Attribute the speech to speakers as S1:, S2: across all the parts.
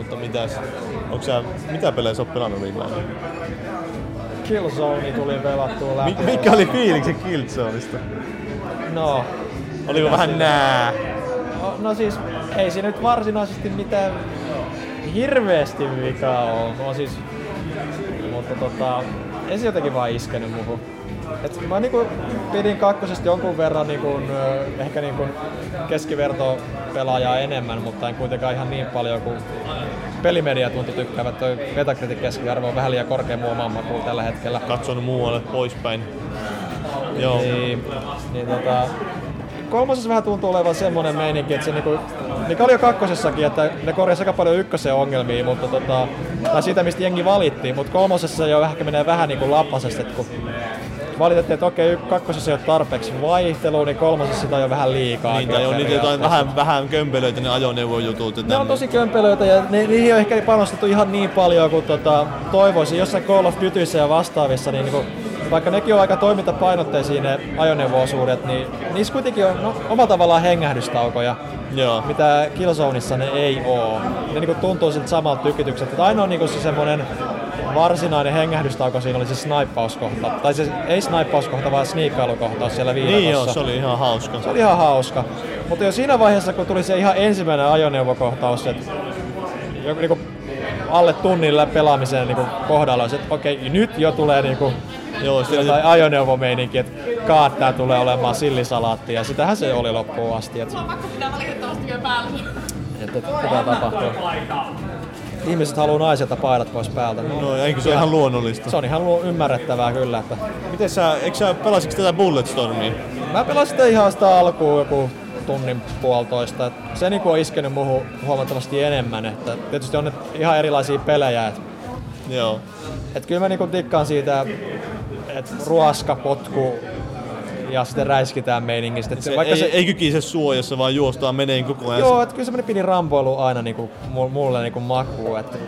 S1: että mitäs, onko sä, mitä pelejä sä oot pelannut viimeinen?
S2: Killzone tuli pelattua läpi.
S1: Mik, mikä oli fiiliksi Killzoneista?
S2: No,
S1: Oliko vähän nää?
S2: no, no siis ei se nyt varsinaisesti mitään hirveästi vikaa oo. Mä oon siis, mutta tota, ei se jotenkin vaan iskenyt muuhun. Et mä niinku pidin kakkosesta jonkun verran niinku, ö, ehkä niinku keskiverto pelaajaa enemmän, mutta en kuitenkaan ihan niin paljon kuin pelimediatunti tykkäävät. Toi Metacritic keskiarvo on vähän liian korkea muun maan makuun tällä hetkellä.
S1: Katson muualle poispäin. Joo.
S2: Niin, niin tota, kolmosessa vähän tuntuu olevan semmoinen meininki, että se niinku, mikä oli jo kakkosessakin, että ne korjasi aika paljon ykkösen ongelmia, mutta tota, tai siitä mistä jengi valitti, mutta kolmosessa jo ehkä menee vähän niinku lapasesti, että kun valitettiin, että okei, okay, kakkosessa ei ole tarpeeksi vaihtelua, niin kolmosessa sitä on jo vähän liikaa.
S1: Niin, tai on niitä jotain vähän, vähän kömpelöitä ne ajoneuvojutut. ja
S2: Ne on
S1: tämmöset.
S2: tosi kömpelöitä ja ne, niihin on ehkä panostettu ihan niin paljon kuin tota, toivoisin. Jossain Call of Dutyissä ja vastaavissa, niin, niin vaikka nekin on aika toimintapainotteisia ne ajoneuvo-osuudet, niin niissä kuitenkin on no, omalla tavallaan hengähdystaukoja,
S1: Joo.
S2: mitä Killzoneissa ne ei oo. Ne niin tuntuu siltä samalta tykitykseltä. Että ainoa niin se semmoinen varsinainen hengähdystauko siinä oli se snaippauskohta. Tai se ei snaippauskohta, vaan sniikkailukohtaus siellä viidakossa.
S1: Niin joo, se oli ihan hauska.
S2: Se oli ihan hauska. Mutta jo siinä vaiheessa, kun tuli se ihan ensimmäinen ajoneuvokohtaus, että joku niinku alle tunnilla pelaamisen niinku kohdalla, olisi, että okei, nyt jo tulee niinku
S1: Joo, se oli
S2: jotain ajoneuvomeininki, että kaattaa tulee olemaan sillisalaatti, ja sitähän se oli loppuun asti, että
S3: Mulla on pakko pitää valitettavasti vielä päällä.
S2: et, et, mitä tapahtuu. Ihmiset haluaa naisilta paidat pois päältä.
S1: No, eikö se ole ihan luonnollista?
S2: Se on ihan lu- ymmärrettävää kyllä, että
S1: Miten sä, eikö sä pelasitko tätä Bulletstormia?
S2: Mä pelasin sitä ihan sitä alkuun joku tunnin puolitoista. Et Se niinku on iskenyt muuhun huomattavasti enemmän. Että tietysti on nyt ihan erilaisia pelejä. Et,
S1: Joo.
S2: et kyllä mä niinku tikkaan siitä, että ruoska, potku ja sitten räiskitään meiningistä. Et
S1: Se, Vaikka ei, se... ei kykise suojassa, vaan juostaan meneen koko ajan.
S2: Joo, että kyllä semmonen pidi rampoilu aina niinku, mu- mulle niinku makuu. Et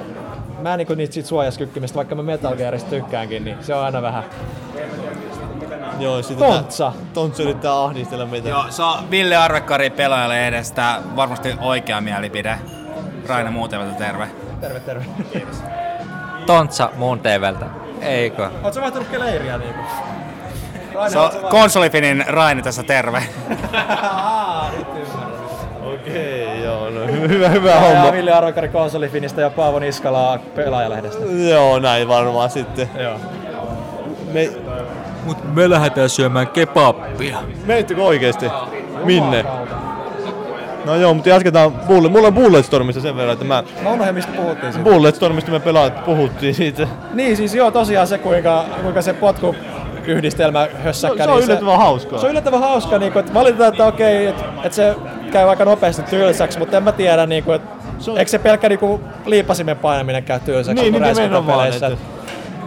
S2: mä en niinku niitä siitä suojaskykkimistä, vaikka mä Metal Gearista tykkäänkin, niin se on aina vähän...
S1: Joo, sitten
S2: Tontsa!
S1: tää- Tontsa yrittää ahdistella meitä.
S4: Joo, se on Ville Arvekkari pelaajalle edestä varmasti oikea mielipide. Raina Muutevelta terve.
S2: Terve, terve.
S5: Tontsa muun TVltä. Eikö?
S2: Oot sä vaihtanut keleiriä niinku? Raine,
S4: Se on konsolifinin Raini tässä terve.
S2: Aa, nyt ymmärrän.
S1: Okei, okay, joo, no hy- hyvä, hyvä
S2: Ja
S1: homma.
S2: Ville Arokari konsolifinistä ja Paavo Niskalaa pelaajalehdestä.
S1: Joo, näin varmaan sitten.
S2: Joo.
S1: Me,
S5: Mut me lähdetään syömään kebabia.
S1: meittekö oikeesti? Minne? No joo, mutta jatketaan. Bull- mulla on Bulletstormista sen verran, että mä...
S2: Mä unohdin, mistä puhuttiin siitä.
S1: Bulletstormista me pelaat, puhuttiin siitä.
S2: Niin siis joo, tosiaan se kuinka, kuinka se potku yhdistelmä hössäkkä.
S1: Se on
S2: niin
S1: yllättävän hauskaa.
S2: Se on yllättävän hauska, niin kuin, että valitetaan, että okei, että, että se käy aika nopeasti tylsäksi, mutta en mä tiedä, niin kuin, että
S1: Se on-
S2: eikö se pelkkä niin kuin, liipasimen painaminen käy tylsäksi
S1: Niin,
S2: kun
S1: niin nimenomaan,
S2: räiskintäpeleissä.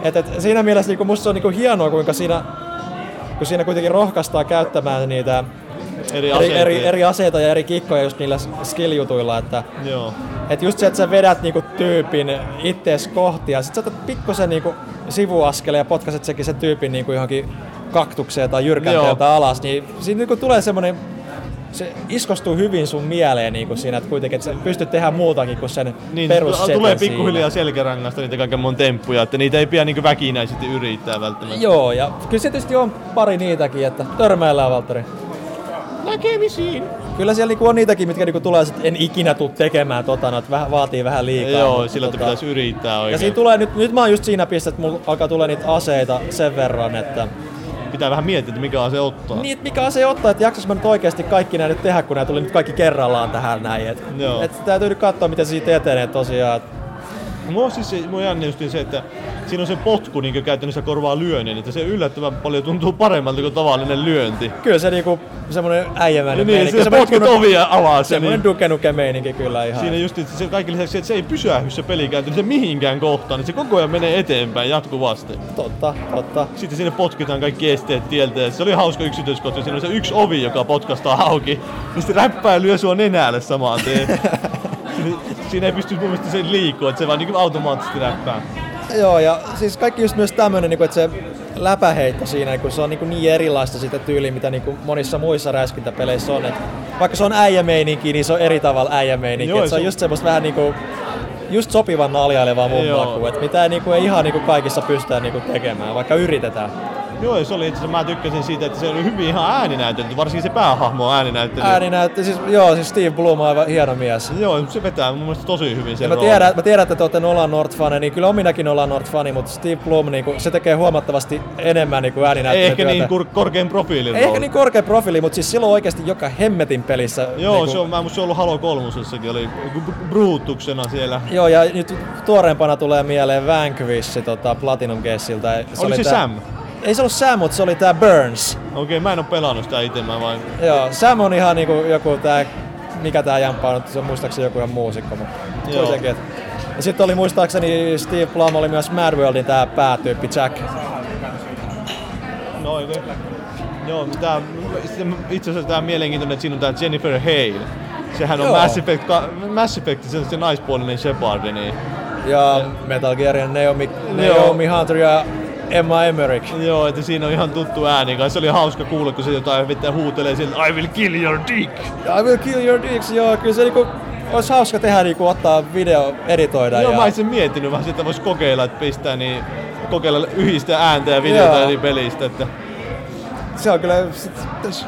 S1: että-
S2: Et, et, siinä mielessä niinku, musta se on niinku hienoa, kuinka siinä, kun siinä kuitenkin rohkaistaan käyttämään niitä
S1: Eri
S2: eri,
S1: asenteet.
S2: eri, eri aseita ja eri kikkoja just niillä s- skill-jutuilla, että
S1: Joo.
S2: et just se, että sä vedät niinku tyypin ittees kohti ja sit sä otat pikkusen niinku sivuaskele ja potkaset sekin sen tyypin niinku johonkin kaktukseen tai
S1: Joo.
S2: jyrkänteeltä alas, niin siinä niinku tulee semmonen se iskostuu hyvin sun mieleen niinku siinä, että kuitenkin et sä pystyt tehdä muutakin kuin sen
S1: Niin,
S2: perus
S1: tu- tulee pikkuhiljaa selkärangasta niitä kaiken mun temppuja, että niitä ei pidä niinku väkinäisesti yrittää välttämättä.
S2: Joo, ja kyllä se tietysti on pari niitäkin, että törmäillään Valtteri.
S1: Näkemisiin!
S2: Kyllä siellä niinku on niitäkin, mitkä niinku tulee, että en ikinä tuu tekemään tota, no, että vähän, vaatii vähän liikaa.
S1: Joo,
S2: mutta tota,
S1: sillä että pitäisi yrittää
S2: Ja siinä
S1: oikein.
S2: tulee nyt, nyt mä oon just siinä pisteessä, että mulla alkaa tulla niitä aseita sen verran, että
S1: Pitää vähän miettiä, että mikä ase ottaa.
S2: niin, et mikä ase ottaa, että jaksas mä nyt oikeasti kaikki nämä nyt tehdä, kun nämä tuli nyt kaikki kerrallaan tähän näin. Et,
S1: Joo.
S2: et täytyy nyt katsoa, miten se siitä etenee tosiaan. Et,
S1: Mua siis se, mua jänni just se, että siinä on se potku niin käytännössä korvaa lyönnin, että se yllättävän paljon tuntuu paremmalta kuin tavallinen lyönti.
S2: kyllä se niinku semmonen äijämäinen niinku
S1: Niin, se potkut ovia avaa se.
S2: Semmoinen
S1: Niin.
S2: dukenuke meininki kyllä ihan.
S1: Siinä just että se kaiken lisäksi, että se ei pysähdy se peli käytännössä mihinkään kohtaan, että se koko ajan menee eteenpäin jatkuvasti.
S2: Totta, totta.
S1: Sitten sinne potkitaan kaikki esteet tieltä ja se oli hauska yksityiskohta, siinä on se yksi ovi, joka potkastaa auki, niin sitten räppää lyö sua nenälle samaan tien. siinä ei pysty mun mielestä sen liikkua, että se vaan niin automaattisesti räppää.
S2: Joo, ja siis kaikki just myös tämmönen, niinku, että se läpäheitto siinä, kun se on niinku niin erilaista sitä tyyliä, mitä niinku monissa muissa räiskintäpeleissä on. Et vaikka se on äijämeininki, niin se on eri tavalla äijämeininki.
S1: Joo,
S2: Joo, se
S1: se
S2: on
S1: on-
S2: just semmoista vähän niinku just sopivan naljailevaa mun
S1: Joo.
S2: makuun, että mitä ei, niinku, ei ihan niinku kaikissa pystytä niinku tekemään, vaikka yritetään.
S1: Joo, ja se oli itse asiassa, mä tykkäsin siitä, että se oli hyvin ihan ääninäytelty, varsinkin se päähahmo on ääninäytelty.
S2: Ääni näytti, siis, joo, siis Steve Bloom on aivan hieno mies.
S1: Joo, se vetää mun mielestä tosi hyvin sen
S2: Ja mä
S1: roolin.
S2: tiedän, mä tiedän, että te olette Nolan North-fani, niin kyllä ominakin Nolan North-fani, mutta Steve Blum, niin se tekee huomattavasti enemmän niin
S1: Ei
S2: ääninäyttelytyötä.
S1: ehkä niin kur- korkean profiilin
S2: Ei ehkä
S1: rooli.
S2: niin korkea profiili, mutta siis silloin oikeasti joka hemmetin pelissä.
S1: Joo,
S2: niinku-
S1: se on, mä, musta se on ollut Halo kolmosessakin, oli br- bruutuksena siellä.
S2: Joo, ja nyt tuoreempana tulee mieleen Vanquish tota Platinum Gamesilta.
S1: Oliko se Sam?
S2: Ei se ollut Sam, mutta se oli tää Burns.
S1: Okei, mä en oo pelannut sitä itse, mä vain...
S2: Joo, Sam on ihan niinku joku tää, mikä tää jamppa on, se on muistaakseni joku ihan muusikko, mutta
S1: Joo.
S2: kuitenkin. Et. Ja sitten oli muistaakseni Steve Blum oli myös Mad Worldin tää päätyyppi Jack.
S1: No ei voi. Joo, tää, sitten itse asiassa tää on mielenkiintoinen, että siinä on tää Jennifer Hale. Sehän on
S2: Joo.
S1: Mass Effect, ka- Mass Effect, se, se naispuolinen Shepard, niin...
S2: Ja Metal Gearin Naomi, Naomi Hunter ja Emma Emmerich.
S1: Joo, että siinä on ihan tuttu ääni kanssa. Se oli hauska kuulla, kun se jotain vettä huutelee sieltä, I will kill your dick.
S2: I will kill your dicks, joo, kyllä se niinku, olisi hauska tehdä niinku ottaa video, editoida
S1: Joo,
S2: ja...
S1: mä itse miettinyt vähän, että vois kokeilla, että pistää niin kokeilla yhdistää ääntä ja videota
S2: Joo.
S1: eri pelistä, että
S2: Se on kyllä, sit,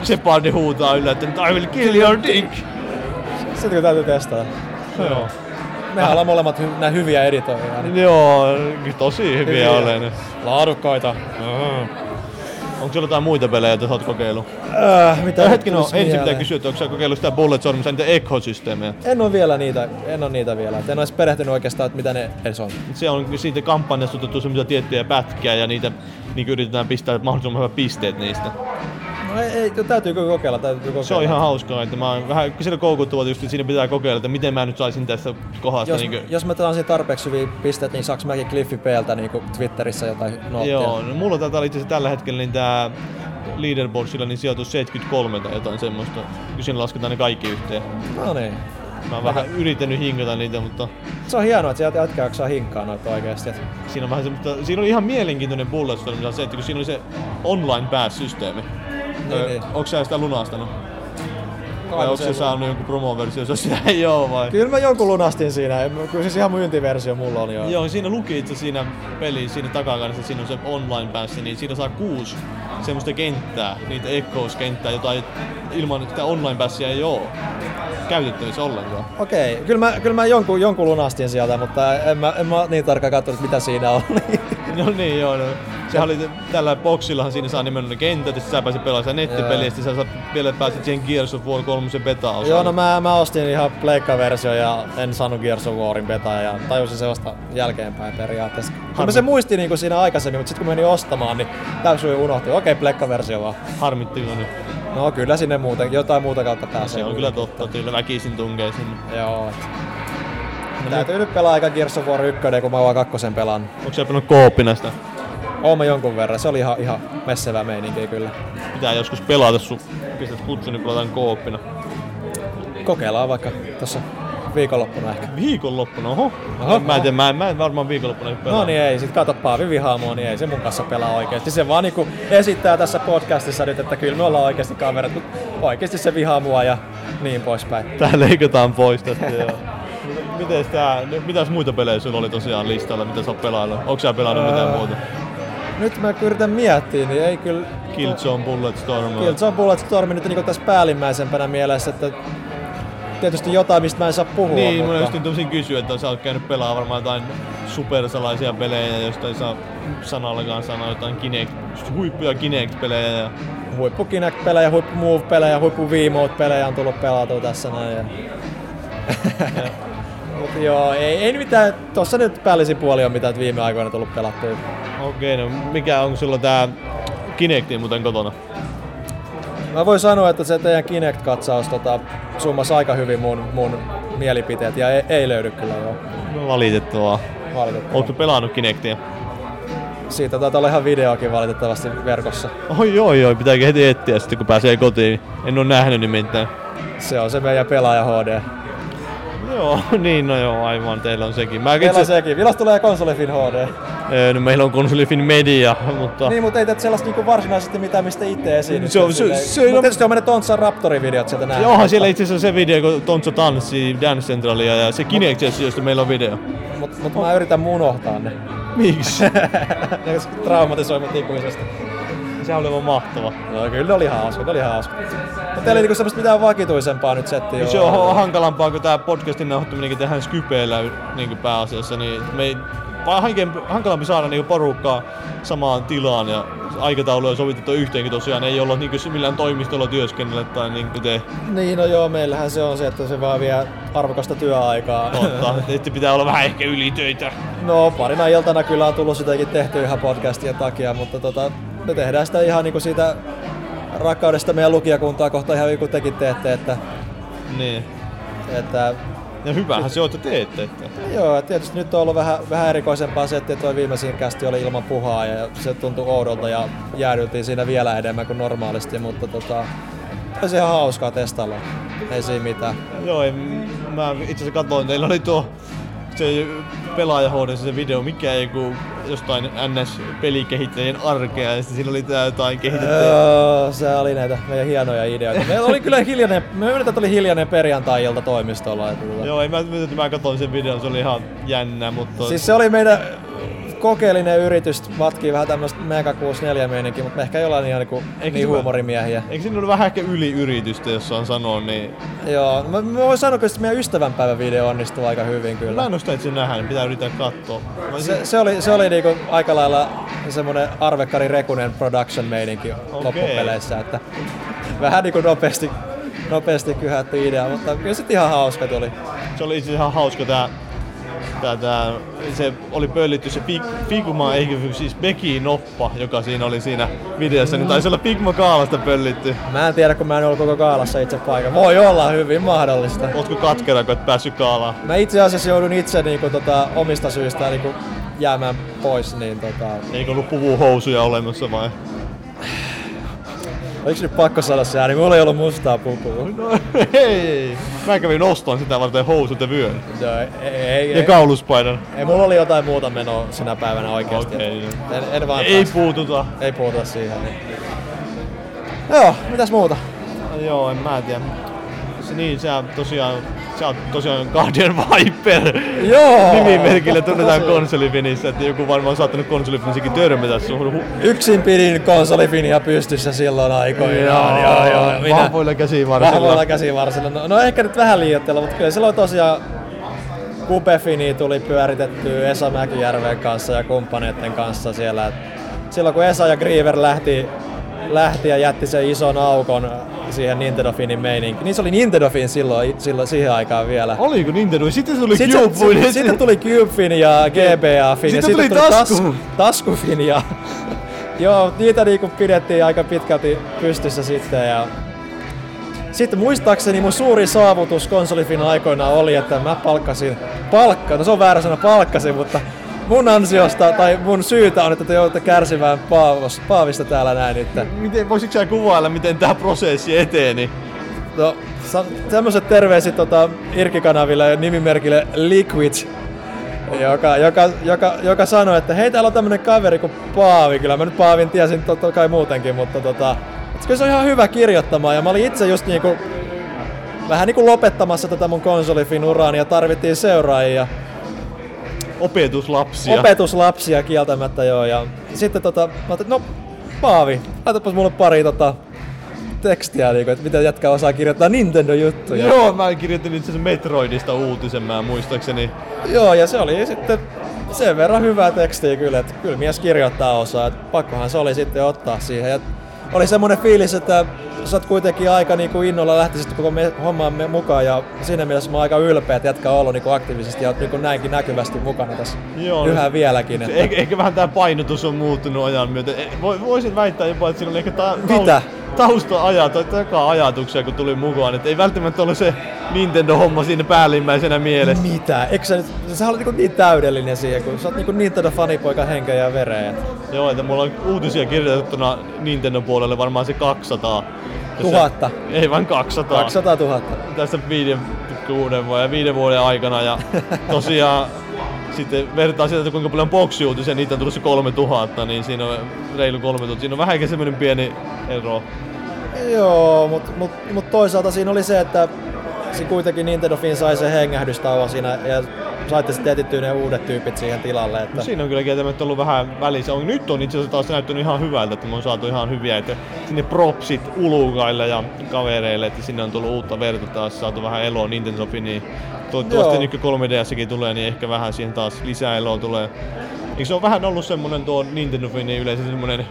S1: se pardi huutaa yllä, että I will kill your dick. No
S2: sit kun täytyy testata.
S1: Joo. Ah.
S2: Mehän ollaan molemmat hy- nää hyviä editoijia. niin
S1: Niin Joo, tosi hyviä olen.
S2: Laadukkaita.
S1: Onko sulla jotain muita pelejä, joita sä oot kokeillut?
S2: Äh, mitä
S1: Ja hetken, no,
S2: tulisi
S1: ensin pitää
S2: mieleen?
S1: kysyä, että onko sä kokeillut sitä Bullet Stormissa niitä ekosysteemejä?
S2: En ole vielä niitä, en ole niitä vielä. Et En olisi perehtynyt oikeastaan, että mitä ne edes on.
S1: Se on niin siitä kampanjasta otettu semmoisia tiettyjä pätkiä ja niitä niin yritetään pistää mahdollisimman hyvät pisteet niistä.
S2: No ei, ei jo täytyykö kokeilla, täytyy kokeilla.
S1: Se on ihan hauskaa, että mä oon vähän sillä koukuttavaa, just, että siinä pitää kokeilla, että miten mä nyt saisin tästä kohdasta.
S2: jos,
S1: niin
S2: jos mä saan tarpeeksi hyviä pisteet, niin saaks mäkin Cliffy Peltä niinku Twitterissä jotain noottia?
S1: Joo, no mulla taitaa olla itse asiassa tällä hetkellä niin tää leaderboardsilla niin sijoitus 73 tai jotain semmoista, kun siinä lasketaan ne kaikki yhteen.
S2: No niin.
S1: Mä oon vähän yrittänyt hinkata niitä, mutta
S2: Se on hienoa, että jätkä jaksaa hinkkaa noita oikeesti. et-
S1: siinä on vähän semmoista, siinä oli ihan mielenkiintoinen Bulletstormissa se, että kun siinä oli se online pääsysteemi. Niin, öö,
S2: niin.
S1: Onko sä sitä lunastanut? Vai
S2: Aivan
S1: onko se
S2: selvä.
S1: saanut jonkun promoversio, jos sitä ei oo vai?
S2: Kyllä mä jonkun lunastin siinä, en- kyllä siis ihan myyntiversio mulla oli jo.
S1: Joo, siinä luki itse siinä pelissä, siinä takakannessa, siinä on se online päässä, niin siitä saa kuusi semmoista kenttää, niitä Echoes-kenttää, jota ei, ilman sitä online päässä ei oo käytettävissä ollenkaan.
S2: Okei, kyllä mä, kyllä mä jonkun, jonkun lunastin sieltä, mutta en mä, en mä oo niin tarkkaan katsonut, mitä siinä on.
S1: No niin, joo. No. Sehän oli, tällä boksillahan siinä saa nimenomaan ne kentät, että sä pääset pelaamaan sitä nettipeliä,
S2: Joo.
S1: ja sitten sä saat vielä pääset siihen Gears of War 3 beta
S2: Joo, no mä, mä ostin ihan pleikkaversio ja en saanut Gears of Warin betaa ja tajusin se vasta jälkeenpäin periaatteessa. Kyllä mä
S1: Harmi.
S2: se muistin niinku siinä aikaisemmin, mutta sitten kun menin ostamaan, niin täysin unohtin. Okei, pleikkaversio vaan.
S1: Harmittiko nyt?
S2: No kyllä sinne muuten, jotain muuta kautta pääsee.
S1: Se on kyllä totta, että kyllä väkisin tunkee sinne.
S2: Joo. et-
S1: Niin.
S2: Täytyy nyt pelaa aika Gears of War 1, kun mä oon vaan kakkosen pelannut.
S1: Onko sä pelannut kooppina sitä?
S2: Oon mä jonkun verran, se oli ihan, ihan messevä meininki kyllä.
S1: Pitää joskus pelata sun. Pistät kutsun, niin pelataan kooppina.
S2: Kokeillaan vaikka tuossa viikonloppuna ehkä.
S1: Viikonloppuna, oho.
S2: Oho,
S1: oho mä, en
S2: oho.
S1: tiedä, mä, en, mä en varmaan viikonloppuna pelaa.
S2: No niin ei, sit kato Paavi Vihaamoa, niin ei se mun kanssa pelaa oikeesti. Se vaan niinku esittää tässä podcastissa nyt, että kyllä me ollaan oikeesti kaverit, mutta oikeesti se vihaa mua ja niin poispäin.
S1: Tää leikataan pois tästä, joo. Mites tää, no, mitäs muita pelejä sulla oli tosiaan listalla, mitä sä oot pelaillut? Onko sä pelannut mitään
S2: Öö,
S1: muuta?
S2: Nyt mä yritän miettiä, niin ei kyllä...
S1: Killzone, Bulletstorm.
S2: Killzone Bulletstorm nyt niinku tässä päällimmäisempänä mielessä, että tietysti jotain, mistä mä en saa puhua,
S1: Niin, mä just
S2: mutta...
S1: nyt tosin kysyä, että sä oot käynyt pelaamaan varmaan jotain supersalaisia pelejä, josta ei saa sanallakaan sanoa jotain Kinect, huippuja Kinect-pelejä. Ja...
S2: Huippu Kinect-pelejä, huippu Move-pelejä, huippu Wiimote-pelejä on tullut pelautua tässä näin. Ja... Mut joo, ei, ei mitään, tossa nyt päällisin puoli on mitään, että viime aikoina tullut pelattua.
S1: Okei, no mikä on sulla tää Kinecti muuten kotona?
S2: Mä voin sanoa, että se teidän Kinect-katsaus tota, summasi aika hyvin mun, mun mielipiteet ja ei, ei löydy kyllä joo.
S1: No valitettavaa.
S2: Valitettavasti.
S1: Ootko pelannut Kinectia?
S2: Siitä taitaa olla ihan videokin valitettavasti verkossa.
S1: Oi oi oi, pitääkö heti etsiä sitten kun pääsee kotiin. En oo nähnyt nimittäin.
S2: Se on se meidän pelaaja HD.
S1: Joo, niin no joo, aivan teillä on sekin. Mä
S2: Meillä
S1: itse...
S2: sekin. Vilas tulee konsolifin HD.
S1: Öö, no meillä on konsolifin media, mutta...
S2: Niin, mutta ei tätä sellaista niinku varsinaisesti mitään, mistä itse esiin.
S1: Se on- se- se ei
S2: Mut
S1: ole-
S2: tietysti on mennyt Tontsan Raptorin-videot sieltä näin.
S1: Ja onhan siellä itse asiassa se video, kun Tontsa tanssii Dance Centralia ja se Kinect, josta meillä on video.
S2: Mut, mut mä yritän mun unohtaa ne.
S1: Miksi?
S2: Ne traumatisoi mut ikuisesti.
S1: se oli vaan mahtava.
S2: No kyllä ne oli hauska, ne oli hauska. Mutta teillä ei niinku semmoista mitään vakituisempaa nyt settiä
S1: Se on ho- hankalampaa, kun tää podcastin nauhoittaminenkin tehdään Skypeellä niin pääasiassa, niin me ei, vaan hankem- hankalampi saada niinku porukkaa samaan tilaan ja aikatauluja sovitettu yhteenkin tosiaan ei olla niinku millään toimistolla työskennellä tai niinku te
S2: Niin, no joo, meillähän se on se, että se vaan vie arvokasta työaikaa.
S1: ottaa. Että pitää olla vähän ehkä ylitöitä.
S2: No parina iltana kyllä on tullut sitäkin tehty ihan podcastien takia, mutta tota, me tehdään sitä ihan niinku siitä rakkaudesta meidän lukijakuntaa kohtaan ihan niin kuin tekin teette, että,
S1: Niin.
S2: että
S1: Ja hyvähän se on, että teette. Että.
S2: joo, et tietysti nyt on ollut vähän, vähän erikoisempaa se, että tuo viimeisin kästi oli ilman puhaa ja se tuntui oudolta ja jäädyttiin siinä vielä enemmän kuin normaalisti, mutta tota, oli se ihan hauskaa testailla, ei siinä mitään.
S1: Joo, en, mä itse asiassa katsoin, teillä oli tuo se pelaajahuoneessa se video, mikä ei kun jostain NS-pelikehittäjien arkea, ja sitten siinä oli tää jotain kehitetty.
S2: Joo, se oli näitä meidän hienoja ideoita. Meillä oli kyllä hiljainen, me yritetään, että oli hiljainen perjantai-ilta toimistolla. Että tota-
S1: Joo, ei mä myötä, että mä katsoin sen videon, se oli ihan jännä, mutta...
S2: Siis se oli meidän kokeellinen yritys matkia vähän tämmöistä Mega 64 meininkiä, mutta me ehkä ei olla niin, niin,
S1: Eikö
S2: niin
S1: se-
S2: huumorimiehiä.
S1: Eikö siinä ollut vähän ehkä yliyritystä, jos saan sanoa, niin...
S2: Joo, mä, mä voin sanoa, kyllä, että meidän ystävänpäivän video onnistuu aika hyvin
S1: Mä
S2: kyllä.
S1: en oo sitä itse nähdä, niin pitää yrittää katsoa. Mä
S2: Se, se oli, se oli niinku aika lailla semmonen Arvekkari Rekunen production meininki loppupeleissä, että vähän niinku nopeasti, nopeasti kyhätty idea, mutta kyllä sit ihan hauska tuli.
S1: Se oli itse asiassa ihan hauska tää, tää, tää se oli pöllitty se Fig, Figma, eikö siis Beki Noppa, joka siinä oli siinä videossa, niin taisi olla Figma Kaalasta pöllitty.
S2: Mä en tiedä, kun mä en ollut koko kaalassa itse paikalla. Voi olla hyvin mahdollista.
S1: Ootko katkera, kun et päässyt kaalaan?
S2: Mä itse asiassa joudun itse niinku, tota, omista syistä niinku, jäämään pois, niin tota,
S1: Eikö ollut puvuhousuja olemassa vai?
S2: oliko nyt pakko sanoa se ääni? Mulla ei ollut mustaa pukua.
S1: No ei. Mä kävin ostamaan sitä varten housut ja vyön.
S2: No, ei, ei,
S1: Ja
S2: ei,
S1: kauluspaidan.
S2: ei, mulla oli jotain muuta menoa sinä päivänä oikeasti.
S1: Okei,
S2: Okay, en, en vaan
S1: Ei
S2: ei,
S1: puututa.
S2: ei puhuta siihen. Niin. Joo, mitäs muuta?
S1: No Joo, en mä tiedä. Se, niin, sä tosiaan, sä oot tosiaan Guardian Viper.
S2: Joo!
S1: Nimimerkillä tunnetaan
S2: Tosiaan.
S1: konsolifinissä, että joku varmaan on saattanut konsolifinissäkin törmätä sun. Hu-
S2: Yksin pidin konsolifinia pystyssä silloin aikoinaan. Joo, joo, joo. Minä,
S1: Vahvoilla käsivarsilla.
S2: Vahvoilla käsivarsilla. No, no ehkä nyt vähän liioittelu, mutta kyllä silloin tosiaan Kupefini tuli pyöritetty Esa Mäkijärven kanssa ja kumppaneiden kanssa siellä. Et Silloin kun Esa ja Griever lähti, lähti ja jätti sen ison aukon siihen Nintendo Finin meininkiin, niin se oli Nintendo Fin silloin, silloin siihen aikaan vielä.
S1: Oliko Nintendo? Sitten se oli
S2: Sitten, se-
S1: Cube.
S2: sitten, sitten tuli Cubefin ja GBA Fin ja
S1: Niin, Sitten tuli tasku.
S2: Taskufin ja... Joo, niitä niinku pidettiin aika pitkälti pystyssä sitten ja... Sitten muistaakseni mun suuri saavutus konsolifin aikoina oli, että mä palkkasin, palkka, no se on väärä sana palkkasin, mutta mun ansiosta tai mun syytä on, että te joudutte kärsimään Paavos, Paavista täällä näin nyt.
S1: Miten, voisitko sä kuvailla, miten tämä prosessi eteni?
S2: No, sa- tämmöset terveiset tota, Irkikanaville ja nimimerkille Liquid, joka, joka, joka, joka sanoi, että hei täällä on tämmönen kaveri kuin Paavi. Kyllä mä nyt Paavin tiesin totta kai muutenkin, mutta tota, et kyllä se on ihan hyvä kirjoittamaan. Ja mä olin itse just niinku, vähän niinku lopettamassa tätä mun konsolifin uraani ja tarvittiin seuraajia.
S1: Opetuslapsia.
S2: Opetuslapsia kieltämättä joo. Ja sitten tota, mä ajattelin, no Paavi, laitapas mulle pari tota, tekstiä, niinku, että miten jätkä osaa kirjoittaa Nintendo-juttuja.
S1: Joo, mä kirjoitin itse asiassa Metroidista uutisen mä muistaakseni.
S2: Joo, ja se oli sitten sen verran hyvää tekstiä kyllä, että kyllä mies kirjoittaa osaa, että pakkohan se oli sitten ottaa siihen. Ja oli semmoinen fiilis, että sä oot kuitenkin aika niin kuin innolla lähtisit koko me, hommaamme mukaan ja siinä mielessä mä oon aika ylpeä, että jätkä on ollut niin kuin aktiivisesti ja oot niin kuin näinkin näkyvästi mukana tässä
S1: Joo,
S2: Joo, yhä
S1: se-
S2: vieläkin.
S1: Se,
S2: Että...
S1: ehkä, ehkä vähän tämä painotus on muuttunut ajan myötä. E- voi- Voisin väittää jopa, että siinä oli ehkä ta-
S2: Mitä?
S1: tausta-ajat, tai taka-ajatuksia, kun tuli mukaan. Että ei välttämättä ole se Nintendo-homma siinä päällimmäisenä mielessä.
S2: Mitä? Eikö sä nyt, sä olet niin, niin täydellinen siihen, kun sä oot niin kuin Nintendo-fanipoika henkeä ja vereä.
S1: Joo, että mulla on uutisia kirjoitettuna Nintendo-puolelle varmaan se 200. Tässä-
S2: Tuhatta.
S1: Ei vaan 200.
S2: 200 000.
S1: Tässä viiden, kuuden vuoden, viiden vuoden aikana. Ja tosiaan sitten vertaa sitä, että kuinka paljon boksiuutisia, niitä on tulossa 3000, niin siinä on reilu 3000. Siinä on vähänkin semmoinen pieni ero.
S2: Joo, mutta mut, mut toisaalta siinä oli se, että se kuitenkin Nintendo Fin sai sen hengähdystauon siinä ja saitte sitten etittyä ne uudet tyypit siihen tilalle. Että...
S1: No siinä on kyllä kieltämättä ollut vähän välissä. On, nyt on itse asiassa taas näyttänyt ihan hyvältä, että me on saatu ihan hyviä, että sinne propsit ulukaille ja kavereille, että sinne on tullut uutta verta taas, saatu vähän eloa Nintendo niin toivottavasti
S2: Joo.
S1: nyt kun 3DSkin tulee, niin ehkä vähän siihen taas lisää eloa tulee. Eikö se on vähän ollut semmonen tuo Nintendo niin yleensä semmonen,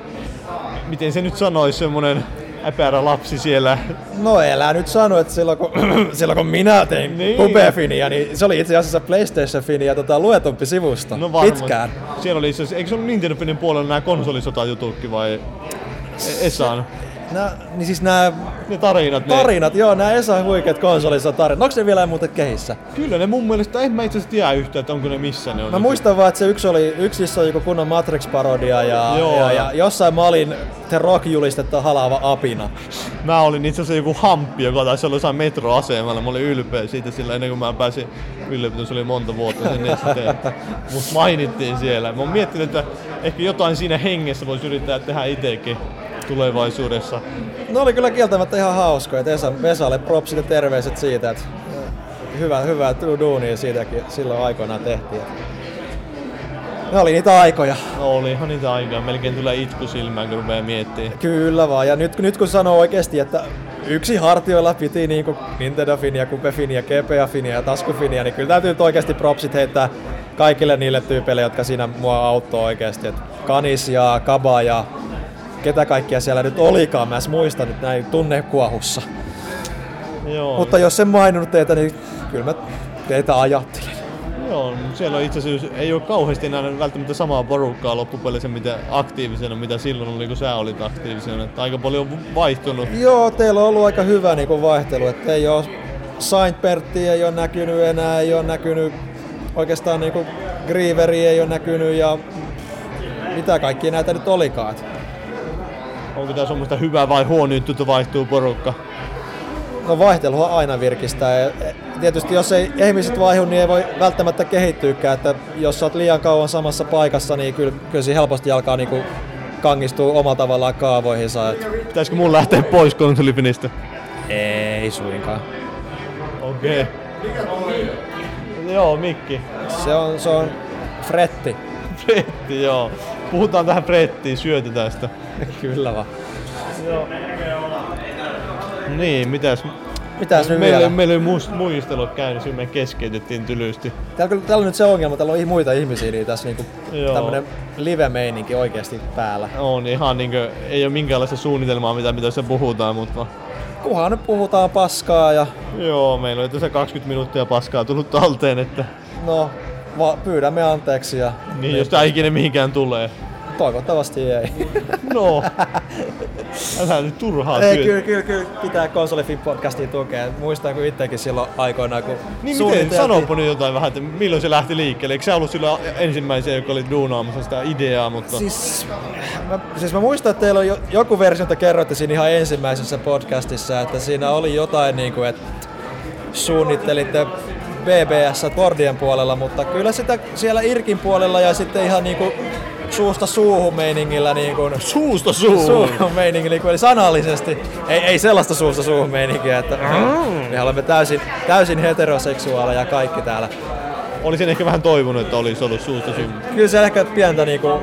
S1: miten se nyt sanoisi, semmonen äpärä lapsi siellä.
S2: No elää nyt sano, että silloin kun, silloin kun minä tein
S1: Niin.
S2: niin. Pubefinia, niin se oli itse asiassa PlayStation Finia tota, luetumpi sivusto
S1: No
S2: no
S1: varmaan.
S2: pitkään.
S1: Siellä oli itse asiassa, eikö se ollut Nintendo Finin puolella nämä konsolisotajututkin vai? E- Esan.
S2: Nää, niin siis nämä
S1: Ne tarinat. ne-
S2: tarinat, joo, nämä Esa huikeat konsolissa tarinat. Onko ne vielä muuten kehissä?
S1: Kyllä ne mun mielestä, en mä itse asiassa tiedä yhtään, että onko ne missä ne on.
S2: Mä muistan vaan, että No se yksi oli, yksi niissä oli joku kunnon Matrix-parodia ja,
S1: Joo.
S2: joo, ja, ja, jossain mä olin The Rock-julistetta halaava apina.
S1: Mä olin itse asiassa joku hamppi, joka taisi olla jossain metroasemalla. Mä olin ylpeä siitä sillä ennen kuin mä pääsin yliopistoon, se oli monta vuotta sen esteen. Mut mainittiin siellä. Mä oon miettinyt, että ehkä jotain siinä hengessä voisi yrittää tehdä itsekin tulevaisuudessa.
S2: Ne oli kyllä kieltämättä ihan hauskoja, että Esa, Vesalle propsit ja terveiset siitä, että hyvä, hyvää du- duunia siitäkin silloin aikoinaan tehtiin. Ne oli niitä aikoja.
S1: No olihan niitä aikaa, melkein tulee itku silmään, kun rupeaa miettimään.
S2: Kyllä vaan, ja nyt, nyt kun sanoo oikeasti, että yksi hartioilla piti niinku Nintendo Finia, Kupe Finia, GPA Finia ja Tasku Finia, niin kyllä täytyy nyt oikeasti propsit heittää kaikille niille tyypeille, jotka siinä mua auttoi oikeasti. Et Kanis ja Kaba ja ketä kaikkia siellä nyt olikaan, mä en edes muista nyt näin tunnekuohussa.
S1: Joo.
S2: Mutta jos en maininnut teitä, niin kyllä mä teitä ajattelin.
S1: Joo, mut siellä on itse asiassa, ei ole kauheasti enää välttämättä samaa porukkaa loppupeleissä mitä aktiivisena, mitä silloin oli, kun sä olit aktiivisena. Että aika paljon on vaihtunut.
S2: Joo, teillä on ollut aika hyvä niin vaihtelu, että ei ole Saint Bertti ei ole näkynyt enää, ei ole näkynyt oikeastaan niin kuin Grieveri ei ole näkynyt ja mitä kaikkia näitä nyt olikaan. Et
S1: Onko tämä semmoista hyvää vai huono juttu, että vaihtuu porukka?
S2: No vaihtelua aina virkistää. ja e, Tietysti jos ei ihmiset vaihdu, niin ei voi välttämättä kehittyykään. Että jos sä oot liian kauan samassa paikassa, niin kyllä, kyllä siinä helposti alkaa niin kuin kangistua omalla tavallaan kaavoihinsa. Et
S1: Pitäisikö mun lähteä pois konsolifinistä?
S2: ei suinkaan.
S1: Okei. Joo, mikki.
S2: Se on, se on fretti.
S1: Fretti, joo. Puhutaan tähän Frettiin, syötetään sitä.
S2: Kyllä vaan.
S1: Niin, mitäs?
S2: Mitäs nyt
S1: Meillä,
S2: vielä?
S1: meillä oli muist- muistelut käynnissä, me keskeytettiin tylysti.
S2: Täällä, kyllä- täällä on nyt se ongelma, täällä on ih- muita ihmisiä, niin tässä niinku
S1: Joo.
S2: tämmönen live-meininki oikeasti päällä.
S1: On ihan niinkö, ei ole minkäänlaista suunnitelmaa, mitä, mitä tässä puhutaan, mutta
S2: Kunhan nyt puhutaan paskaa ja
S1: Joo, meillä oli tässä 20 minuuttia paskaa tullut talteen, että
S2: no, va- pyydämme anteeksi ja
S1: niin, jos tää ikinä mihinkään tulee.
S2: toivottavasti ei.
S1: No, älä nyt turhaa
S2: ei,
S1: työtä.
S2: kyllä, kyllä, kyllä, pitää konsolifin podcastia tukea. Muistan kun itsekin silloin aikoinaan, kun
S1: Niin miten,
S2: suunniteltiin-
S1: sanopa nyt jotain vähän, että milloin se lähti liikkeelle? Eikö sä ollut sillä ensimmäisiä, joka oli duunaamassa sitä ideaa, mutta...
S2: Siis mä, siis mä muistan, että teillä on jo, joku versio, jota kerroitte siinä ihan ensimmäisessä podcastissa, että siinä oli jotain niin kuin, että suunnittelitte BBS Bordien puolella, mutta kyllä sitä siellä Irkin puolella ja sitten ihan niin kuin suusta suuhun meiningillä niin kuin
S1: Suusta suuhun!
S2: suuhun meiningillä, niin kuin, eli sanallisesti. Ei, ei sellaista suusta suuhun meininkiä, että
S1: Mm.
S2: me olemme täysin, täysin heteroseksuaaleja ja kaikki täällä.
S1: Olisin ehkä vähän toivonut, että olisi ollut suusta suuhun.
S2: Kyllä se ehkä pientä niin kuin,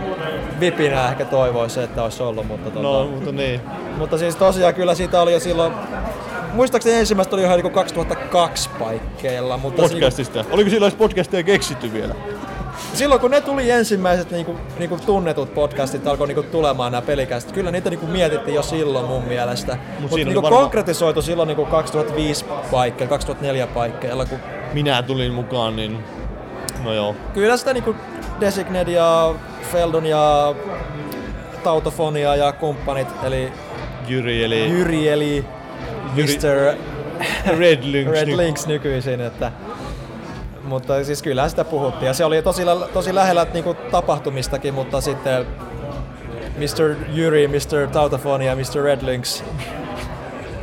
S2: vipinä ehkä toivoisi, että olisi ollut, mutta tota...
S1: No, mutta niin.
S2: Mutta siis tosiaan kyllä siitä oli jo silloin, muistaakseni ensimmäistä oli ihan niinku 2002 paikkeilla, mutta si-
S1: Podcastista. Oliko silloin edes podcastia keksitty vielä?
S2: silloin kun ne tuli ensimmäiset niinku, niinku tunnetut podcastit, alkoi niinku tulemaan nämä pelikästit, kyllä niitä niinku mietittiin jo silloin mun mielestä. Mutta
S1: siinä oli
S2: niinku
S1: varmaan-
S2: konkretisoitu silloin niinku 2005 paikkeilla, 2004 paikkeilla, kun
S1: Minä tulin mukaan, niin... No joo.
S2: kyllä sitä niinku Designed ja Feldon ja Tautofonia ja kumppanit, eli
S1: Jyri, eli
S2: Jyri eli
S1: Jyri-
S2: Mr.
S1: Red Lynx.
S2: Red
S1: nyt.
S2: Links nykyisin, että mutta siis kyllä sitä puhuttiin ja se oli tosi, lä- tosi lähellä niinku tapahtumistakin, mutta sitten Mr. Yuri, Mr. Tautafoni ja Mr. Red Links,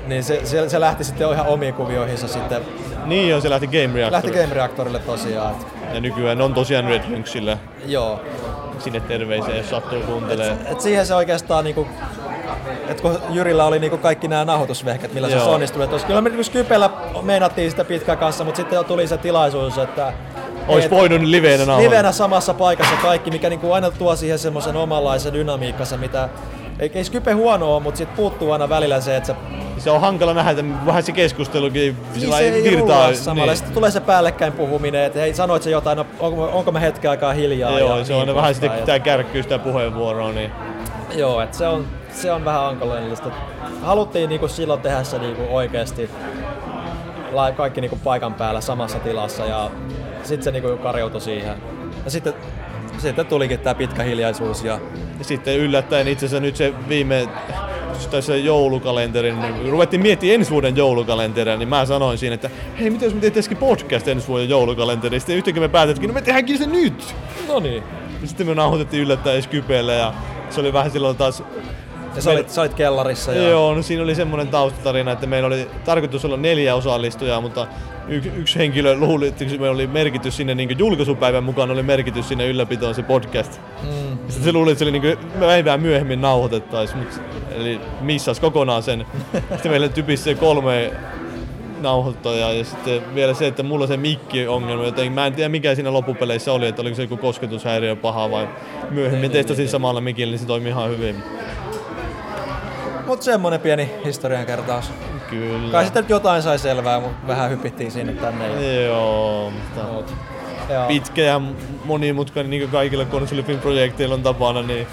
S2: niin se, se, se lähti sitten ihan omiin kuvioihinsa sitten
S1: Niin joo, se lähti Game
S2: Lähti
S1: Reactorille.
S2: Game Reactorille tosiaan. Et,
S1: Ja nykyään on tosiaan Red Lynxillä.
S2: joo.
S1: Sinne terveisiä, jos sattuu kuuntelee.
S2: Et siihen se oikeastaan niinku, et kun Jyrillä oli niinku kaikki nämä nauhoitusvehket, millä se
S1: Joo.
S2: onnistui. Et olisi- kyllä me niinku Skypellä meinattiin sitä pitkän kanssa, mutta sitten tuli se tilaisuus, että...
S1: Ois
S2: et-
S1: voinut liveenä nauhoittaa.
S2: Livenä samassa paikassa kaikki, mikä niinku aina tuo siihen semmoisen omanlaisen dynamiikkansa, mitä... Ei, ei Skype huono ole, mutta sit puuttuu aina välillä se, että se
S1: Se on hankala nähdä, että vähän Niin se keskustelukin
S2: Niin
S1: sillä
S2: se ei
S1: virtaa.
S2: virtaa, samalla. Niin. Sitten tulee se päällekkäin puhuminen, että hei, sanoit se jotain, no, onko, onko mä hetken aikaa hiljaa.
S1: Joo,
S2: ja
S1: se on
S2: niin
S1: vähän
S2: poispäin.
S1: sitten pitää kärkkyä sitä puheenvuoroa, niin
S2: Joo, et se on, se on vähän hankalallista. Haluttiin niinku silloin tehdä se niinku oikeasti la- kaikki niinku paikan päällä samassa tilassa ja sitten se niinku karjoutui siihen. Ja sitten, sitten tulikin tämä pitkä hiljaisuus ja
S1: Ja sitten yllättäen itse asiassa nyt se viime tai se joulukalenterin, ruvettiin miettimään ensi vuoden joulukalenteria, niin mä sanoin siinä, että hei, mitä jos me tehtäisikin podcast ensi vuoden joulukalenterista, sitten yhtäkkiä me päätettiin, no me tehdäänkin se nyt!
S2: no niin.
S1: Ja sitten me nauhoitettiin yllättäen Skypellä ja se oli vähän silloin taas
S2: Ja sä olit, sä olit kellarissa ja
S1: Joo, no siinä oli semmoinen taustatarina, että meillä oli tarkoitus olla neljä osallistujaa, mutta y- yksi henkilö luuli, että se meillä oli merkitys sinne niin julkaisupäivän mukaan oli merkitys sinne ylläpitoon se podcast. Mm. Sitten se luuli, että se oli niin päivää myöhemmin nauhoitettaisiin, mutta eli missas kokonaan sen. Sitten meillä typissä se kolme nauhoittajaa ja sitten vielä se, että mulla se mikki-ongelma, joten mä en tiedä mikä siinä loppupeleissä oli, että oliko se joku kosketushäiriö paha vai myöhemmin testasin samalla mikillä, niin se toimi ihan hyvin.
S2: Mut semmonen pieni historian kertaus.
S1: Kyllä.
S2: Kai sitten nyt jotain sai selvää, mutta vähän hypittiin sinne tänne. Ja...
S1: Niin Joo, mutta
S2: Mut, joo.
S1: pitkä ja monimutkainen, niin kuin kaikilla konsolifin projekteilla on tapana, niin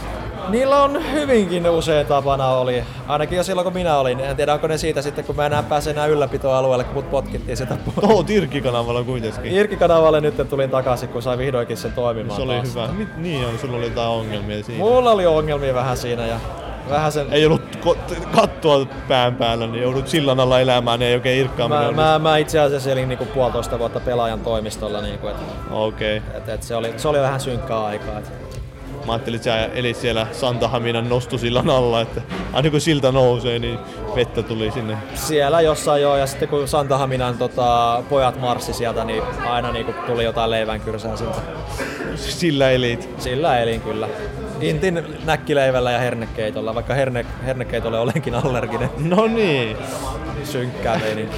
S2: Niillä on hyvinkin usein tapana oli, ainakin jo silloin kun minä olin. En tiedä onko ne siitä sitten, kun mä enää pääsen enää ylläpitoalueelle, kun mut potkittiin sitä pois.
S1: toho Tirkki-kanavalla kuitenkin.
S2: Irkkikanavalle nyt tulin takaisin, kun sai vihdoinkin sen toimimaan
S1: Se oli
S2: taas.
S1: hyvä. Mit, niin on, sulla oli jotain ongelmia siinä.
S2: Mulla oli ongelmia vähän siinä ja vähän sen...
S1: Ei ollut ko- kattoa pään päällä, niin joudut sillan alla elämään, niin ei oikein irkkaaminen
S2: Mä,
S1: ollut.
S2: mä, mä, itse asiassa elin niinku puolitoista vuotta pelaajan toimistolla, niinku, et,
S1: Okei. Okay.
S2: et, et se, oli, se oli vähän synkkää aikaa. Et.
S1: Mä ajattelin, että sä elit siellä Santahaminan nostosillan alla, että aina kun silta nousee, niin vettä tuli sinne.
S2: Siellä jossain joo, ja sitten kun Santahaminan tota, pojat marssi sieltä, niin aina niinku tuli jotain leivänkyrsää siltä.
S1: Sillä elit.
S2: Sillä elin kyllä. Intin näkkileivällä ja hernekeitolla, vaikka herne, hernekeitolle olenkin allerginen.
S1: No niin.
S2: Synkkää niin meini.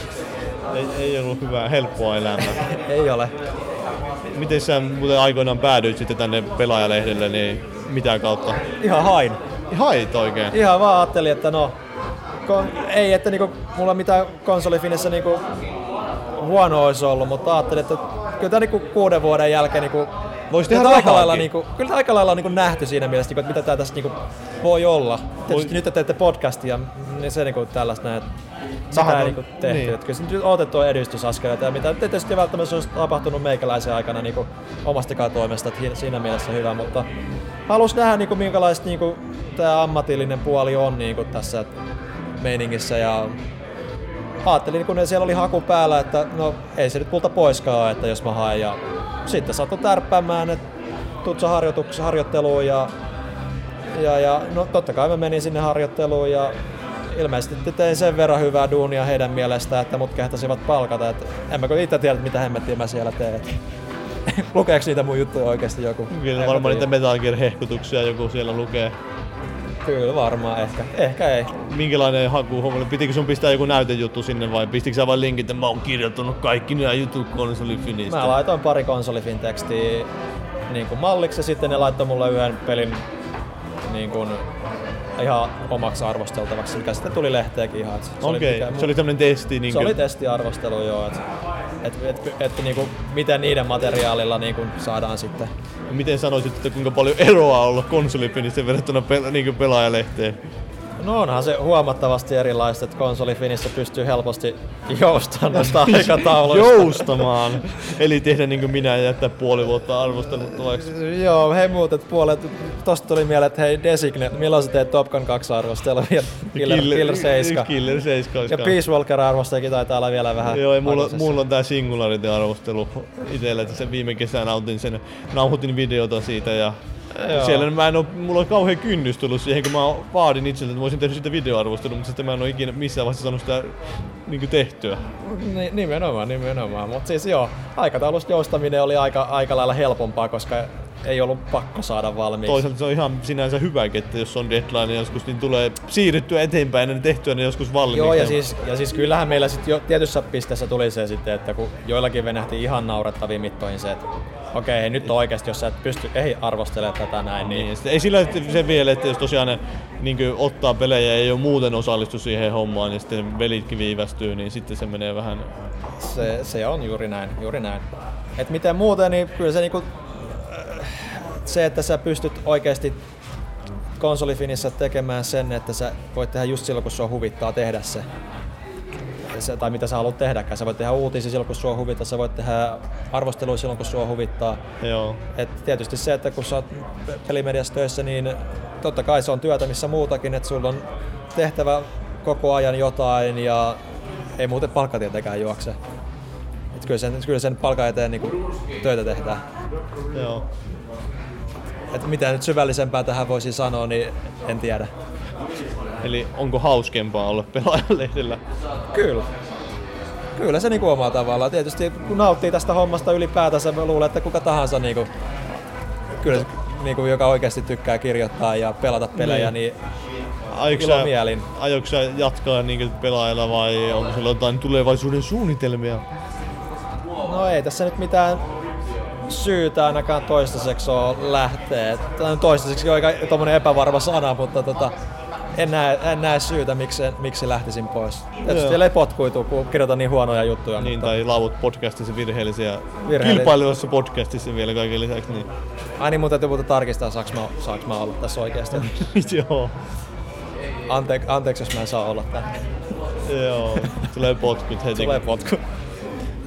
S1: Ei, ei ollut hyvää, helppoa elämää.
S2: Ei ole.
S1: Miten sä muuten aikoinaan päädyit sitten tänne pelaajalehdelle, niin mitä kautta?
S2: Ihan hain.
S1: Hait oikein.
S2: Ihan vaan ajattelin, että no, kon- ei, että niinku, mulla mitään konsolifinissä niinku huono olisi ollut, mutta ajattelin, että kyllä tämä niinku kuuden vuoden jälkeen niinku,
S1: Voisi
S2: kyllä
S1: tehdä
S2: tää aika
S1: rahaakin.
S2: lailla, niinku, kyllä tää aika lailla on niinku nähty siinä mielessä, niinku, että mitä tämä tässä niinku voi olla. Tietysti nyt te teette podcastia, niin se niinku tällaista näin, sitä
S1: Vähän
S2: ei
S1: on-
S2: niinku tehty.
S1: niin.
S2: Niin. Kyllä se nyt on otettu edistysaskeleita, ja mitä ei tietysti välttämättä olisi tapahtunut meikäläisen aikana niinku omastakaan toimesta, että hi- siinä mielessä hyvä, mutta halus nähdä niinku, minkälaista niinku, tämä ammatillinen puoli on niinku, tässä meiningissä ja ajattelin, kun ne siellä oli haku päällä, että no ei se nyt multa poiskaan, ole, että jos mä haen. Ja sitten sattui tärppäämään, että tuut sä harjoituks- harjoitteluun ja, ja, ja no totta kai mä menin sinne harjoitteluun ja ilmeisesti tein sen verran hyvää duunia heidän mielestään, että mut kehtasivat palkata. Et en mä kun itse tiedä, mitä hemmettiä mä siellä teen. Et Lukeeko niitä mun juttuja oikeasti joku? En
S1: Kyllä
S2: mä
S1: varmaan niitä
S2: tiedä.
S1: Metal Gear-hehkutuksia joku siellä lukee.
S2: Kyllä varmaan, ehkä. Ehkä ei.
S1: Minkälainen haku homma? Pitikö sun pistää joku näytejuttu sinne vai pistikö sä vain linkin, että mä oon kirjoittanut kaikki nämä jutut konsolifinistä?
S2: Mä laitoin pari konsolifin tekstiä niin kuin malliksi ja sitten ne laittoi mulle yhden pelin niin kuin, ihan omaksi arvosteltavaksi, mikä sitten tuli lehteenkin ihan. et Se
S1: Okei,
S2: mikä-
S1: se oli tämmönen testi. Niin
S2: se oli testiarvostelu joo, että et, et, et, et, niin kuin, miten niiden materiaalilla niin kuin, saadaan sitten.
S1: Miten sanoisit, että kuinka paljon eroa on olla konsolifinistä verrattuna pel- niin pelaajalehteen?
S2: No onhan se huomattavasti erilaista, että konsolifinissä pystyy helposti joustamaan noista aikatauluista.
S1: Joustamaan. Eli tehdä niin kuin minä ja jättää puoli vuotta arvosteluttavaksi.
S2: Joo, hei muuten puolet. Tosta tuli mieleen, että hei Designe, milloin sä teet Top Gun 2 arvostelua ja Killer, Killer 7.
S1: Killer 7 olisi
S2: Ja
S1: kans.
S2: Peace Walker arvostajakin taitaa olla vielä vähän.
S1: Joo, ja mulla,
S2: pakkasessa.
S1: mulla on tää Singularity-arvostelu itsellä, että sen viime kesänä nautin sen, nauhoitin videota siitä ja
S2: Joo.
S1: Siellä mä en oo, mulla on kauhean kynnys tullut siihen, kun mä oon- vaadin itseltä, että mä olisin tehnyt sitä videoarvostelua, mutta sitten mä en oo ikinä missään vaiheessa saanut sitä niin tehtyä.
S2: Ni- Nimenomaan, nimenomaan. Mutta siis joo, aikataulusta joustaminen oli aika, aika lailla helpompaa, koska ei ollut pakko saada valmiiksi.
S1: Toisaalta se on ihan sinänsä hyväkin, että jos on deadline joskus, niin tulee siirryttyä eteenpäin ja tehtyä ne joskus valmiiksi.
S2: Joo, ja siis, ja siis kyllähän meillä sitten jo tietyssä pisteessä tuli se sitten, että kun joillakin venähti ihan naurettaviin mittoihin se, että okei, hei, nyt on oikeasti, jos sä et pysty ei arvostelemaan tätä näin,
S1: Niin, ja
S2: niin
S1: sitten ei sillä sitten se vielä, että jos tosiaan ne niin ottaa pelejä ja ei ole muuten osallistu siihen hommaan ja sitten velitkin viivästyy, niin sitten se menee vähän...
S2: se, se on juuri näin, juuri näin. Et miten muuten, niin kyllä se niinku, äh, se, että sä pystyt oikeasti konsolifinissä tekemään sen, että sä voit tehdä just silloin, kun sua huvittaa tehdä se. se tai mitä sä haluat tehdäkään. Sä voit tehdä uutisia silloin, kun sua huvittaa. Sä voit tehdä arvostelua silloin, kun sua huvittaa.
S1: Joo.
S2: Et tietysti se, että kun sä oot pelimediassa töissä, niin totta kai se on työtä missä muutakin, että sulla on tehtävä koko ajan jotain ja ei muuten palkka tietenkään juokse. Et kyllä, sen, kyllä sen palkan eteen niin töitä tehdään.
S1: Joo.
S2: Et mitä nyt syvällisempää tähän voisi sanoa, niin en tiedä.
S1: Eli onko hauskempaa olla pelaajalehdellä?
S2: Kyllä. Kyllä se niinku omalla tavallaan. Tietysti kun nauttii tästä hommasta ylipäätänsä, mä luulen, että kuka tahansa niinku, kyllä se, niinku, joka oikeasti tykkää kirjoittaa ja pelata pelejä, niin,
S1: Aiotko
S2: Ilo
S1: sä-
S2: mielin.
S1: Aiotko sä jatkaa niin pelaajalla vai onko sulla jotain tulevaisuuden suunnitelmia?
S2: No ei tässä nyt mitään syytä ainakaan toistaiseksi ole lähteä. Tämä on toistaiseksi aika tommonen epävarma sana, mutta tota, en, näe, en näe syytä, miksi, miksi lähtisin pois.
S1: Joo.
S2: Tietysti ei potkuitu, kun kirjoitan niin huonoja juttuja.
S1: Niin,
S2: mutta,
S1: tai laavut podcastissa virheellisiä,
S2: Virheelli-
S1: kilpailevassa podcastissa vielä kaiken lisäksi, niin
S2: ai niin, mun täytyy muuten tarkistaa, saaks mä, saaks mä olla tässä oikeasti.
S1: joo,
S2: Ante, anteeksi, jos mä en saa olla täällä.
S1: joo, tulee potkut heti.
S2: Tulee potku.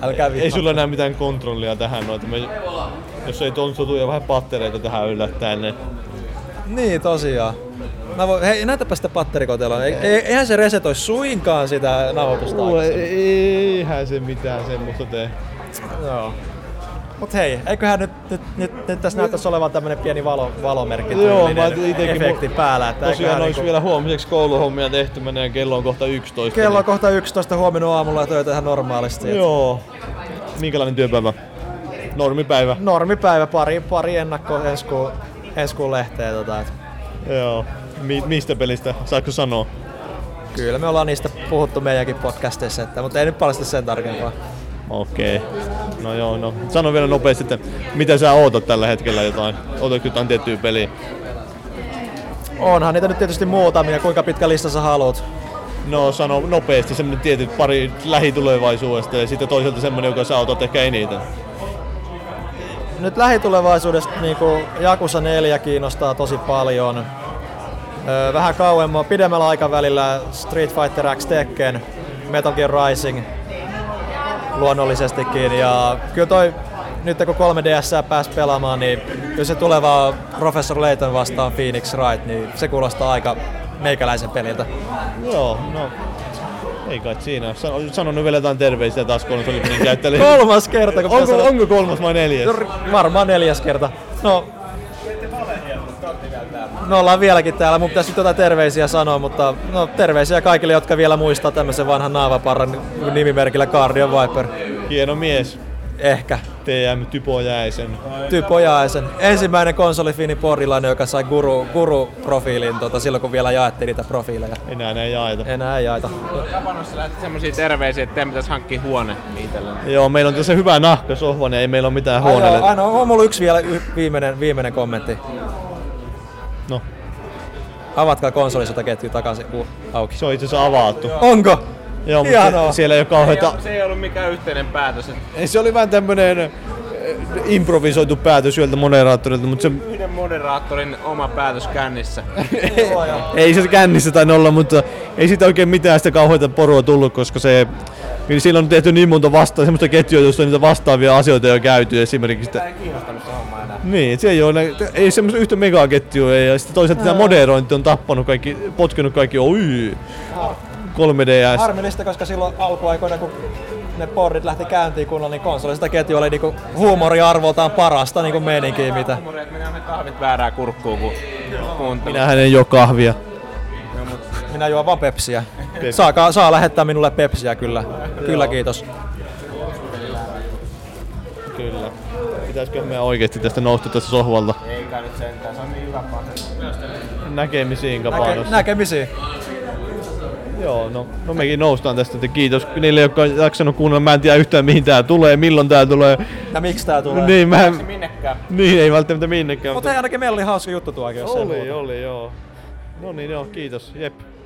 S2: Älkää
S1: Ei
S2: vittu.
S1: sulla enää mitään kontrollia tähän, no, että me, jos ei tonsutu ja vähän pattereita tähän yllättäen, niin
S2: Niin, tosiaan. Mä voin, hei, näytäpä sitä patterikotelon. Ei, ei, eihän se resetoi suinkaan sitä nauhoitusta.
S1: Uu,
S2: aikaisemmin.
S1: eihän se mitään semmoista tee.
S2: Joo. Mut hei, eiköhän nyt, nyt, nyt, nyt tässä näyttäisi olevan tämmönen pieni valo, valomerkki
S1: Joo, mä
S2: tyylinen
S1: itekin
S2: efekti
S1: mu-
S2: päällä. Että
S1: Tosiaan
S2: eiköhän
S1: olisi
S2: niinku-
S1: vielä huomiseksi kouluhommia tehty, menee kello on kohta 11.
S2: Kello on kohta 11 huomenna aamulla ja töitä ihan normaalisti.
S1: niin,
S2: Joo.
S1: Joo. Minkälainen työpäivä? Normipäivä.
S2: Normipäivä, pari, pari ennakkoa ensi kuun, ensi kuun lehteen. Tota, et
S1: Joo. Mi- mistä pelistä? Saatko sanoa?
S2: kyllä me ollaan niistä puhuttu meidänkin podcastissa, että, mutta ei nyt paljasta sen tarkempaa.
S1: Okei. No joo, no. Sano vielä nopeasti, että mitä sä ootat tällä hetkellä jotain? Ootatko jotain tiettyä peliä?
S2: Onhan niitä nyt tietysti muutamia, kuinka pitkä lista sä haluat.
S1: No sano nopeasti semmonen tietyt pari lähitulevaisuudesta ja sitten toisaalta semmonen, joka sä ootat ehkä eniten.
S2: Nyt lähitulevaisuudesta niin Jakusa 4 kiinnostaa tosi paljon. Öö, Vähän kauemmin, pidemmällä aikavälillä Street Fighter X Tekken, Metal Gear Rising luonnollisestikin. Ja kyllä toi, nyt kun 3DS pääsi pelaamaan, niin kyllä se tuleva Professor Layton vastaan Phoenix Wright, niin se kuulostaa aika meikäläisen peliltä.
S1: Joo, no. Ei kai siinä. Sano, sano nyt vielä jotain terveisiä taas niin konsolipelin käyttäjille.
S2: Kolmas kerta, kun
S1: onko,
S2: pitää sanoa-
S1: onko kolmas vai neljäs?
S2: No, Varmaan neljäs kerta. No, no ollaan vieläkin täällä. Mun pitäisi nyt jotain terveisiä sanoa, mutta no, terveisiä kaikille, jotka vielä muistaa tämmöisen vanhan naavaparran nimimerkillä Guardian Viper.
S1: Hieno mies.
S2: Ehkä.
S1: TM Typo Jäisen.
S2: Typo Jaesen. Ensimmäinen konsolifiini porilainen, joka sai guru, guru-profiilin tota, silloin, kun vielä jaettiin niitä profiileja.
S1: Enää ei jaeta.
S2: Enää ei jaeta.
S6: Japanossa lähti semmosia terveisiä, että teidän pitäisi hankkia huone itselleen.
S1: Joo, meillä on tässä hyvä nahkasohva, niin ei meillä ole mitään huoneelle.
S2: Ainoa, ainoa, on mulla yksi vielä y- viimeinen, viimeinen kommentti.
S1: No,
S2: Avatkaa konsolisotaketju takaisin ku- auki.
S1: se on itse asiassa avattu.
S2: Onko?
S1: Joo, mutta
S2: Hienoa.
S1: se, siellä ei ole kauheita...
S6: Se ei ollut mikään yhteinen päätös. että
S1: Ei, Se oli vähän tämmönen eh, improvisoitu päätös yöltä moderaattorilta, mutta se...
S6: Yhden moderaattorin oma päätös kännissä.
S1: Ei se kännissä tai olla, mutta ei siitä oikein mitään sitä kauheita porua tullut, koska se... Kyllä siellä on tehty niin monta vasta- semmoista ketjua, jossa on niitä vastaavia asioita jo käyty esimerkiksi. Sitä...
S6: Ei kiinnostanut se homma enää.
S1: Niin, et se ei ole, ei semmoista yhtä megaketjua ei, ja sitten toisaalta tämä moderointi on tappanut kaikki, potkenut kaikki OY. 3DS.
S2: Harmillista, koska silloin alkuaikoina, kun ne porrit lähti käyntiin kunnolla, niin konsolista ketju oli niinku huumoriarvoltaan parasta niinku meininkiä, mitä.
S6: Huumori, että mennään me kahvit väärää kurkkuun, kun kuuntelee.
S1: Minähän en juo kahvia.
S2: Minä juon vaan pepsiä. Saa, saa lähettää minulle pepsiä kyllä. Kyllä kiitos.
S1: Kyllä. Pitäisikö meidän oikeesti tästä nousta tästä sohvalta?
S6: Eikä nyt sentään, se on niin hyvä paketti.
S1: Näkemisiin
S2: Näke,
S1: kapainossa.
S2: näkemisiin.
S1: Joo, no, no mekin noustaan tästä. että Kiitos niille, jotka on jaksanut kuunnella. Mä en tiedä yhtään mihin tää tulee, milloin tää tulee.
S2: Ja miksi tää tulee?
S1: tulee. Niin, mä en...
S6: Minnekään.
S1: Niin, ei välttämättä minnekään.
S2: Mutta ainakin meillä oli hauska juttu tuo jos ei
S1: oli,
S2: muuta.
S1: oli, joo. No niin, joo, kiitos. Jep.